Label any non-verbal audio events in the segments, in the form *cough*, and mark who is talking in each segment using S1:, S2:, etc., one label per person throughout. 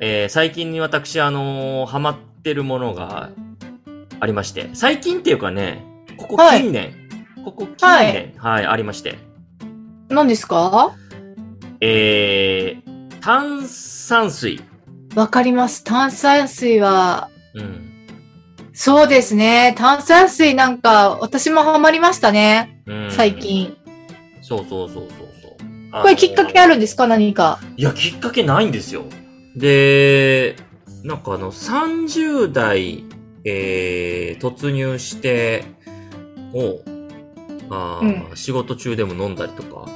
S1: えー最近に私、あのーハマってるものがありまして、最近っていうかね、ここ
S2: はい
S1: 近年、ここ近年、はい、ありまして、
S2: 何ですか
S1: えー、炭酸水。
S2: わかります。炭酸水は、
S1: うん。
S2: そうですね。炭酸水なんか、私もハマりましたね。
S1: うん
S2: 最。近。
S1: そうそうそうそうそう。
S2: これきっかけあるんですか何か。
S1: いや、きっかけないんですよ。で、なんかあの、30代、えー、突入して、を、あー仕事中でも飲んだりとか、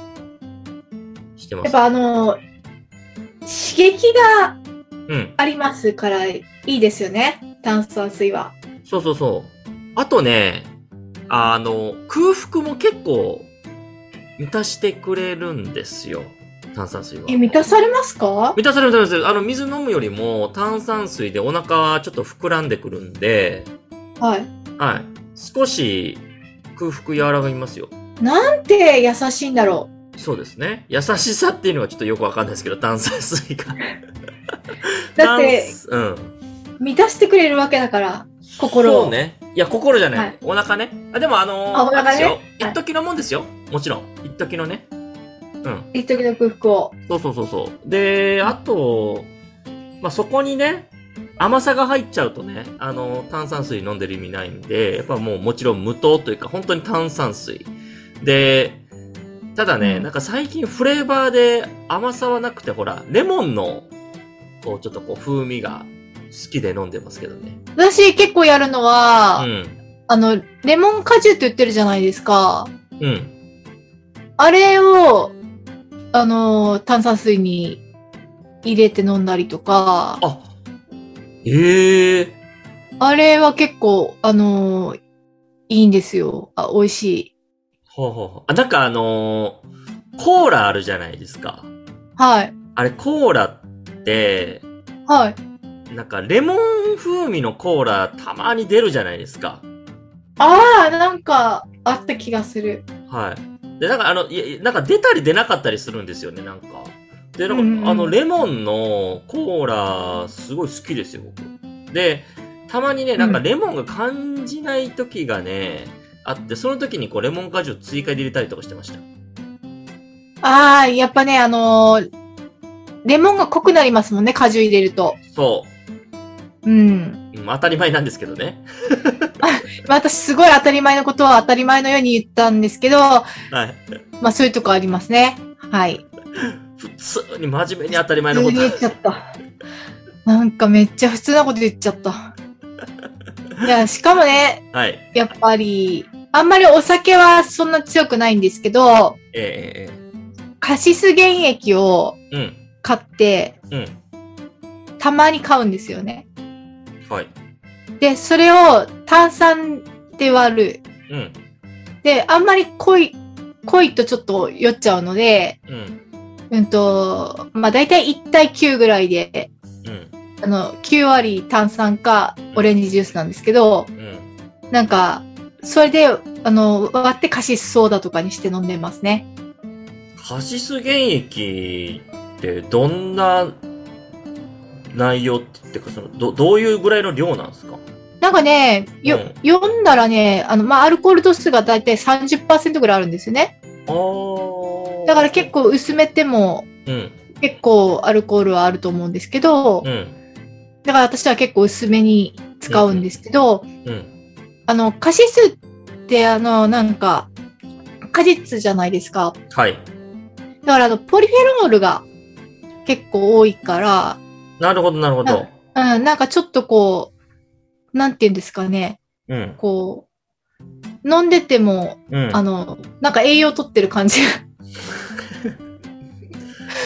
S1: してま
S2: やっ
S1: す。
S2: ぱあの、刺激が
S1: うん。
S2: ありますから、いいですよね。炭酸水は。
S1: そうそうそう。あとね、あの、空腹も結構、満たしてくれるんですよ。炭酸水は。
S2: え、満たされますか
S1: 満たされる、満たされる。あの、水飲むよりも、炭酸水でお腹はちょっと膨らんでくるんで、
S2: はい。
S1: はい。少し空腹和らぎますよ。
S2: なんて優しいんだろ
S1: そうですね。優しさっていうのはちょっとよくわかんないですけど、炭酸水
S2: *laughs*
S1: が。
S2: う。だって
S1: 炭、酸うん。
S2: 満たしてくれるわけだから。心を
S1: そうね。いや、心じゃない。
S2: はい
S1: お腹ね。あ、でもあのー、
S2: あお腹ね
S1: れですよ。
S2: はい
S1: 一時のもんですよ。もちろん。一時のね。うん。
S2: 一時の空腹を。
S1: そうそうそうそう。で、あと、まあ、そこにね、甘さが入っちゃうとね、あの、炭酸水飲んでる意味ないんで、やっぱもうもちろん無糖というか、本当に炭酸水。で、ただね、
S2: うん
S1: なんか最近フレーバーで甘さはなくて、ほら、レモンの、こう、ちょっとこう、風味が好きで飲んでますけどね。
S2: 私結構やるのは、
S1: うん。
S2: あの、レモン果汁って言ってるじゃないですか。
S1: うん。
S2: あれを、あの、炭酸水に入れて飲んだりとか、
S1: あええー。
S2: あれは結構、あの、いいんですよ。あ、美味しい。
S1: ほうほうほう。あ、なんかあのーコーラあるじゃないですか。
S2: はい。
S1: あれ、コーラって、
S2: はい。
S1: なんかレモン風味のコーラたまに出るじゃないですか。
S2: ああ、なんか、あった気がする。
S1: はい。で、なんかあの、いやいやなんか出たり出なかったりするんですよね、なんか。で、なんか、
S2: うんうん
S1: あの、レモンのコーラ、すごい好きですよ、僕。で、たまにね、なんかレモンが感じない時がね、あって、その時にこう、レモン果汁追加で入れたりとかしてました。
S2: ああ、やっぱね、あのレモンが濃くなりますもんね、果汁入れると。
S1: そ
S2: うん。
S1: う。うん当たり前なんですけどね。
S2: まあ私すごい当たり前のことは当たり前のように言ったんですけど、ま
S1: はい。
S2: あそういうとこありますね。はい。
S1: 普通に真面目に当たり前の
S2: 普
S1: こ
S2: 通に
S1: と。
S2: 言っちゃった。なんかめっちゃ普通なこと言っちゃった。いや、しかもね、
S1: はい。
S2: やっぱり、あんまりお酒はそんな強くないんですけど、
S1: えええ
S2: カシス原液を
S1: えええうん。
S2: 買って、
S1: うん。
S2: たまに買うんですよね。
S1: はい。
S2: で、それを炭酸で割る。
S1: うん。
S2: で、あんまり濃い、濃いとちょっと酔っちゃうので、
S1: うん。
S2: うんと、まあ大体1対9ぐらいで、
S1: うん。
S2: あの、9割炭酸かオレンジジュースなんですけど、
S1: うん。
S2: なんか、それで、あの、割ってカシスソーダとかにして飲んでますね。
S1: カシス原液ってどんな内容っていうか、その、ど、どういうぐらいの量なんですか
S2: なんかね、よ、
S1: うん
S2: 読んだらね、あの、まあ、アルコール度数がだいたい30%ぐらいあるんですよね。
S1: ああ。
S2: だから結。構薄めても、
S1: うん。
S2: 結構アルコールはあると思うんですけど、
S1: うん。
S2: だから私は結構薄めに使うんですけど、
S1: うん。
S2: あの、カシスってあの、なんか、果実じゃないですか。
S1: はい。
S2: だからあの、ポリフェノールが結構多いから、
S1: なるほど、なるほど。
S2: うん、なんかちょっとこう、なんていうんですかね、
S1: うん。
S2: こう、飲んでても、
S1: うん。
S2: あの、なんか栄養取ってる
S1: *laughs*
S2: 感じが。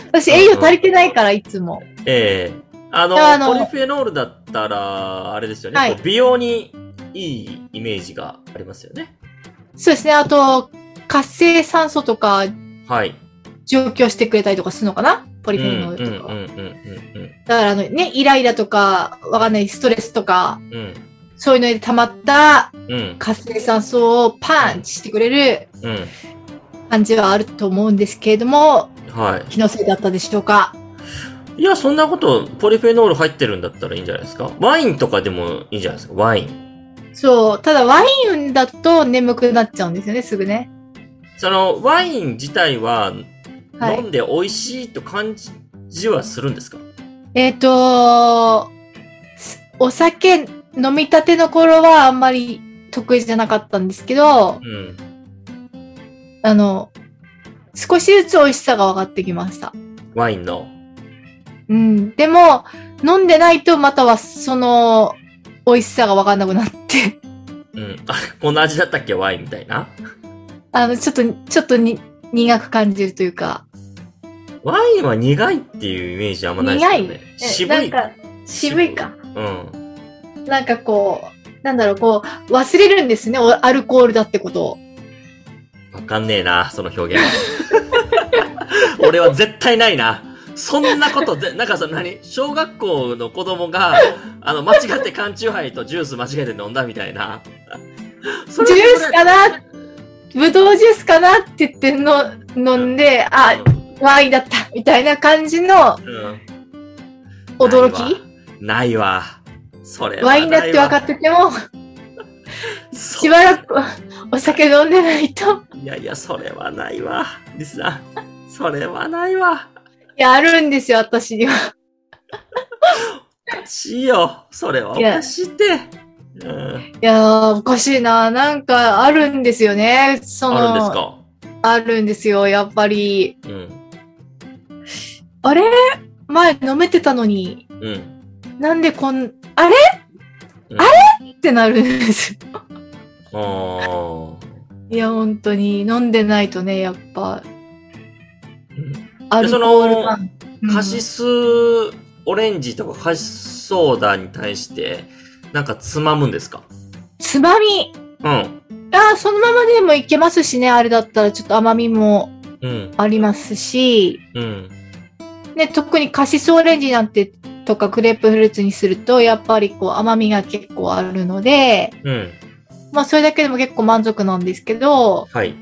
S2: 私、
S1: うんうん
S2: 栄養足りてないから、いつも。
S1: ええあの、
S2: あの
S1: ポリフェノールだったら、あれですよね。
S2: はい
S1: こう美容にいいイメージがありますよね。
S2: そうですね。あと、活性酸素とか、
S1: はい。
S2: 除去してくれたりとかするのかなポリフェノールとかは。
S1: うんうんうん
S2: だから、あのね、イライラとか、わかんない、ストレスとか、
S1: うんうん
S2: そういうので溜まった
S1: うんうん
S2: 活性酸素をパンチしてくれる
S1: う
S2: 感じはあると思うんですけれども、
S1: んはい
S2: 気のせいだったでしょうか
S1: いや、そんなこと、ポリフェノール入ってるんだったらいいんじゃないですかワインとかでもいいんじゃないですかワイン。
S2: そう。ただワインだと眠くなっちゃうんですよね、すぐね。
S1: その、ワイン自体は、
S2: はい
S1: 飲んで美味しいと感じはするんですか、
S2: えっ、とすお酒飲みたての頃はあんまり得意じゃなかったんですけど、
S1: うん。
S2: あの、少しずつ美味しさが分かってきました。
S1: ワインの。
S2: うん。でも、飲んでないとまたはその美味しさが分かんなくなって、 *laughs*
S1: うん。あれ、こんな味だったっけワインみたいな。
S2: あの、ちょっと、ちょっとに苦く感じるというか、
S1: ワインは苦いっていうイメージあんまないですよね。
S2: え
S1: 渋
S2: なん
S1: い。
S2: か渋いか。
S1: うん。
S2: なんかこう、なんだろう、こう、忘れるんですね、おアルコールだってことを。
S1: わかんねえな、その表現。俺は *laughs* 絶対ないな。そんなことぜ、なんかその何小学校の子供が、あの、間違って缶チューハイとジュース間違えて飲んだみたいな。 *laughs* そ
S2: ジ
S1: れ
S2: ュースかなぶどうジュースかなって言っての飲んで、あ、ワインだったみたいな感じの
S1: うんうん
S2: 驚き
S1: ないわ。それは
S2: ワインだって分かってても、
S1: て、そう
S2: しばらくお酒飲んでないと。
S1: いやいや、それはないわ。リスさん。それはないわ。
S2: いや、あるんですよ、私には。
S1: おかしいよ。それはおかしいって。うん。
S2: いやー、おかしいな。なんか、あるんですよね。その
S1: あるんですか
S2: あるんですよ、やっぱり。
S1: うん。
S2: あれ前飲めてたのに、
S1: うん。
S2: なんでこん、あれ
S1: うん
S2: あれってなるんです。 *laughs*
S1: あー
S2: いや、本当に、飲んでないとね、やっぱ、
S1: うん
S2: アルコール感。うん
S1: カシスオレンジとかカシスソーダに対して、なんかつまむんですか
S2: つまみ。
S1: うん。
S2: あーそのままでもいけますしね、あれだったらちょっと甘みも
S1: うん。
S2: ありますし、
S1: うん。
S2: ね、特にカシスオレンジなんて、とかグレープフルーツにすると、やっぱりこう甘みが結構あるので、
S1: うん。
S2: まあそれだけでも結構満足なんですけど、
S1: はい。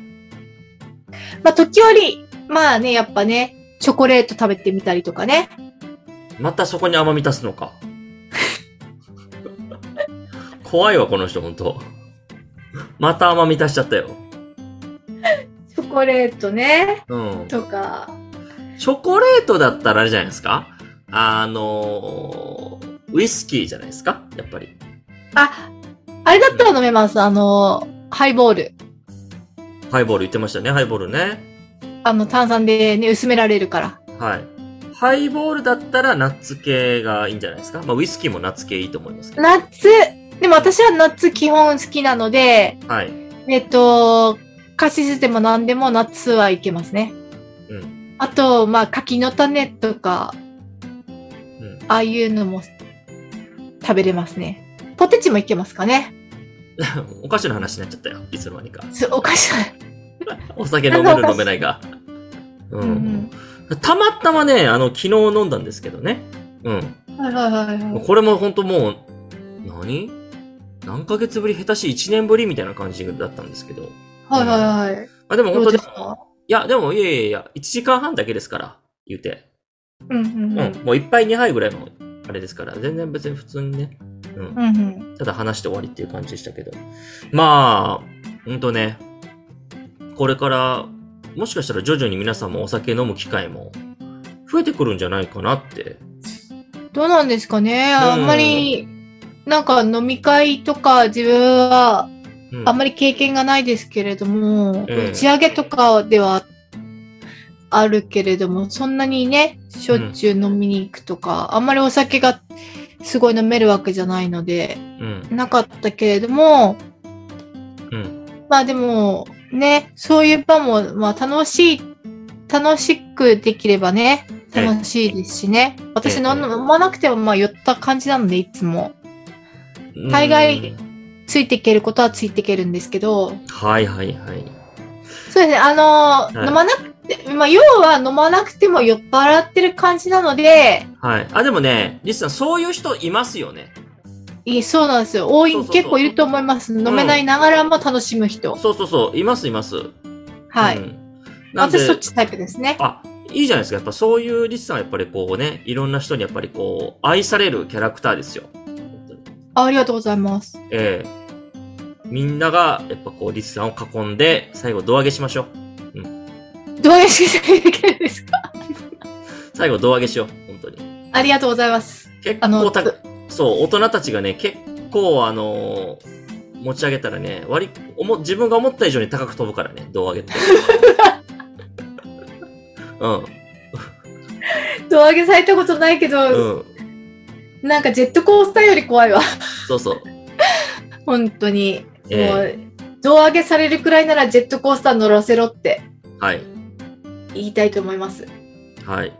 S2: まあ時折、まあね、やっぱね、チョコレート食べてみたりとかね。
S1: またそこに甘み足すの *laughs* か。怖いわ、この人、ほんと。また甘み足しちゃったよ。
S2: チョコレートね、
S1: うん。
S2: とか。
S1: チョコレートだったらあれじゃないですかあのー、ウイスキーじゃないですかやっぱり。
S2: あ、あれだったら飲めます。あの、ハイボール。
S1: ハイボール言ってましたね、ハイボールね。
S2: あの、炭酸でね、薄められるから。
S1: はい。ハイボールだったらナッツ系がいいんじゃないですかまあ、ウイスキーもナッツ系いいと思いますけど。
S2: ナッツでも私はナッツ基本好きなので、
S1: はい。
S2: えっと、カシスでも何でもナッツはいけますね。
S1: うん。
S2: あと、まあ、柿の種とか、
S1: うん。 *laughs*
S2: ああいうのも食べれますね。ポテチもいけますかね。
S1: お菓子の話になっちゃったよ。いつの間
S2: *laughs*
S1: にか。
S2: すおかしくない。
S1: お酒飲める飲めないが。う
S2: *laughs* うんん。
S1: たまたまね、あの、昨日飲んだんですけどね。うん。
S2: はいはいはい
S1: もう
S2: は
S1: これもほんともう、何何ヶ月ぶり下手しい1年ぶりみたいな感じだったんですけど。
S2: い。はいはいはい。
S1: あ、でも
S2: ど
S1: 本
S2: う
S1: 当
S2: で
S1: に、
S2: す
S1: い
S2: か
S1: や、でもいやいやいや、1時間半だけですから、言うて。
S2: うんう
S1: うんん。
S2: うん。うん
S1: もう1杯2杯ぐらいの、あれですから、全然別に普通にね。うん。
S2: うん。
S1: ただ話して終わりっていう感じでしたけど。まあ、ほんとね、これから、もしかしたら徐々に皆さんもお酒飲む機会も増えてくるんじゃないかなって。
S2: どうなんですかねあんまり、なんか飲み会とか自分は
S1: うん、
S2: あんまり経験がないですけれども、
S1: ええ
S2: 打ち上げとかではあるけれども、そんなにね、しょっちゅう飲みに行くとか、あんまりお酒がすごい飲めるわけじゃないので、
S1: うん、
S2: なかったけれども、
S1: うん、
S2: まあでも、ね、そういう場も、まあ楽しい、楽しくできればね、
S1: ええ
S2: 楽しいですしね。私
S1: ええ
S2: 飲ん飲まなくても、まあ寄った感じなので、いつも。
S1: うん。
S2: 大概ついていけることはついていけるんですけど、
S1: はいはいはい。
S2: そうですね、あのー
S1: はい
S2: 飲まなくて、まあ要は飲まなくても酔っ払ってる感じなので、
S1: はい。あ、でもね、リスさん、そういう人いますよね。
S2: いいそうなんですよ。多い、
S1: そうそうそう
S2: 結構いると思います。飲めないながらも楽しむ人。
S1: そうそうそう、いますいます。
S2: はい。
S1: うんなんで
S2: 私そっちタイプですね。
S1: あ、いいじゃないですか。やっぱそういうリスさんはやっぱりこうね、いろんな人にやっぱりこう、愛されるキャラクターですよ。本当に
S2: あありがとうございます。
S1: ええみんなが、やっぱこう、リスさんを囲んで、最後、胴上げしましょう。
S2: どういう姿勢できるんですか
S1: 最後、胴上げしよう。本当に。
S2: ありがとうございます。
S1: 結
S2: あ
S1: 構
S2: の
S1: た
S2: つ、
S1: そう、大人たちがね、結構、あのー持ち上げたらね、割り、おも、自分が思った以上に高く飛ぶからね、胴上げ
S2: *laughs*
S1: って。うん、
S2: 胴上げされたことないけど、
S1: うん、
S2: なんかジェットコースターより怖いわ。
S1: そうそう。
S2: 本当に。
S1: ええ
S2: もう、胴上げされるくらいならジェットコースター乗らせろって
S1: はい、
S2: 言いたいと思います。
S1: はい。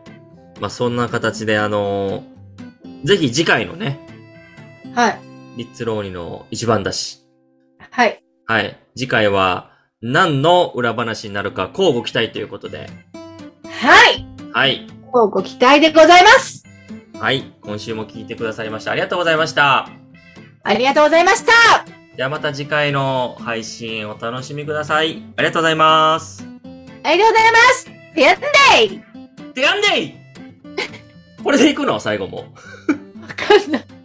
S1: まあ、そんな形で、あのーぜひ次回のね、
S2: はい。
S1: リッツローニの一番だし、
S2: はい。
S1: はい。次回は何の裏話になるか交互期待ということで。
S2: はい
S1: はい。
S2: もうご期待でございます
S1: はい。今週も聞いてくださいました。ありがとうございました。
S2: ありがとうございました
S1: ではまた次回の配信お楽しみください。ありがとうございます。
S2: ありがとうございますやんでい
S1: *laughs* てやんでいこれでいくの最後も。
S2: わかんない。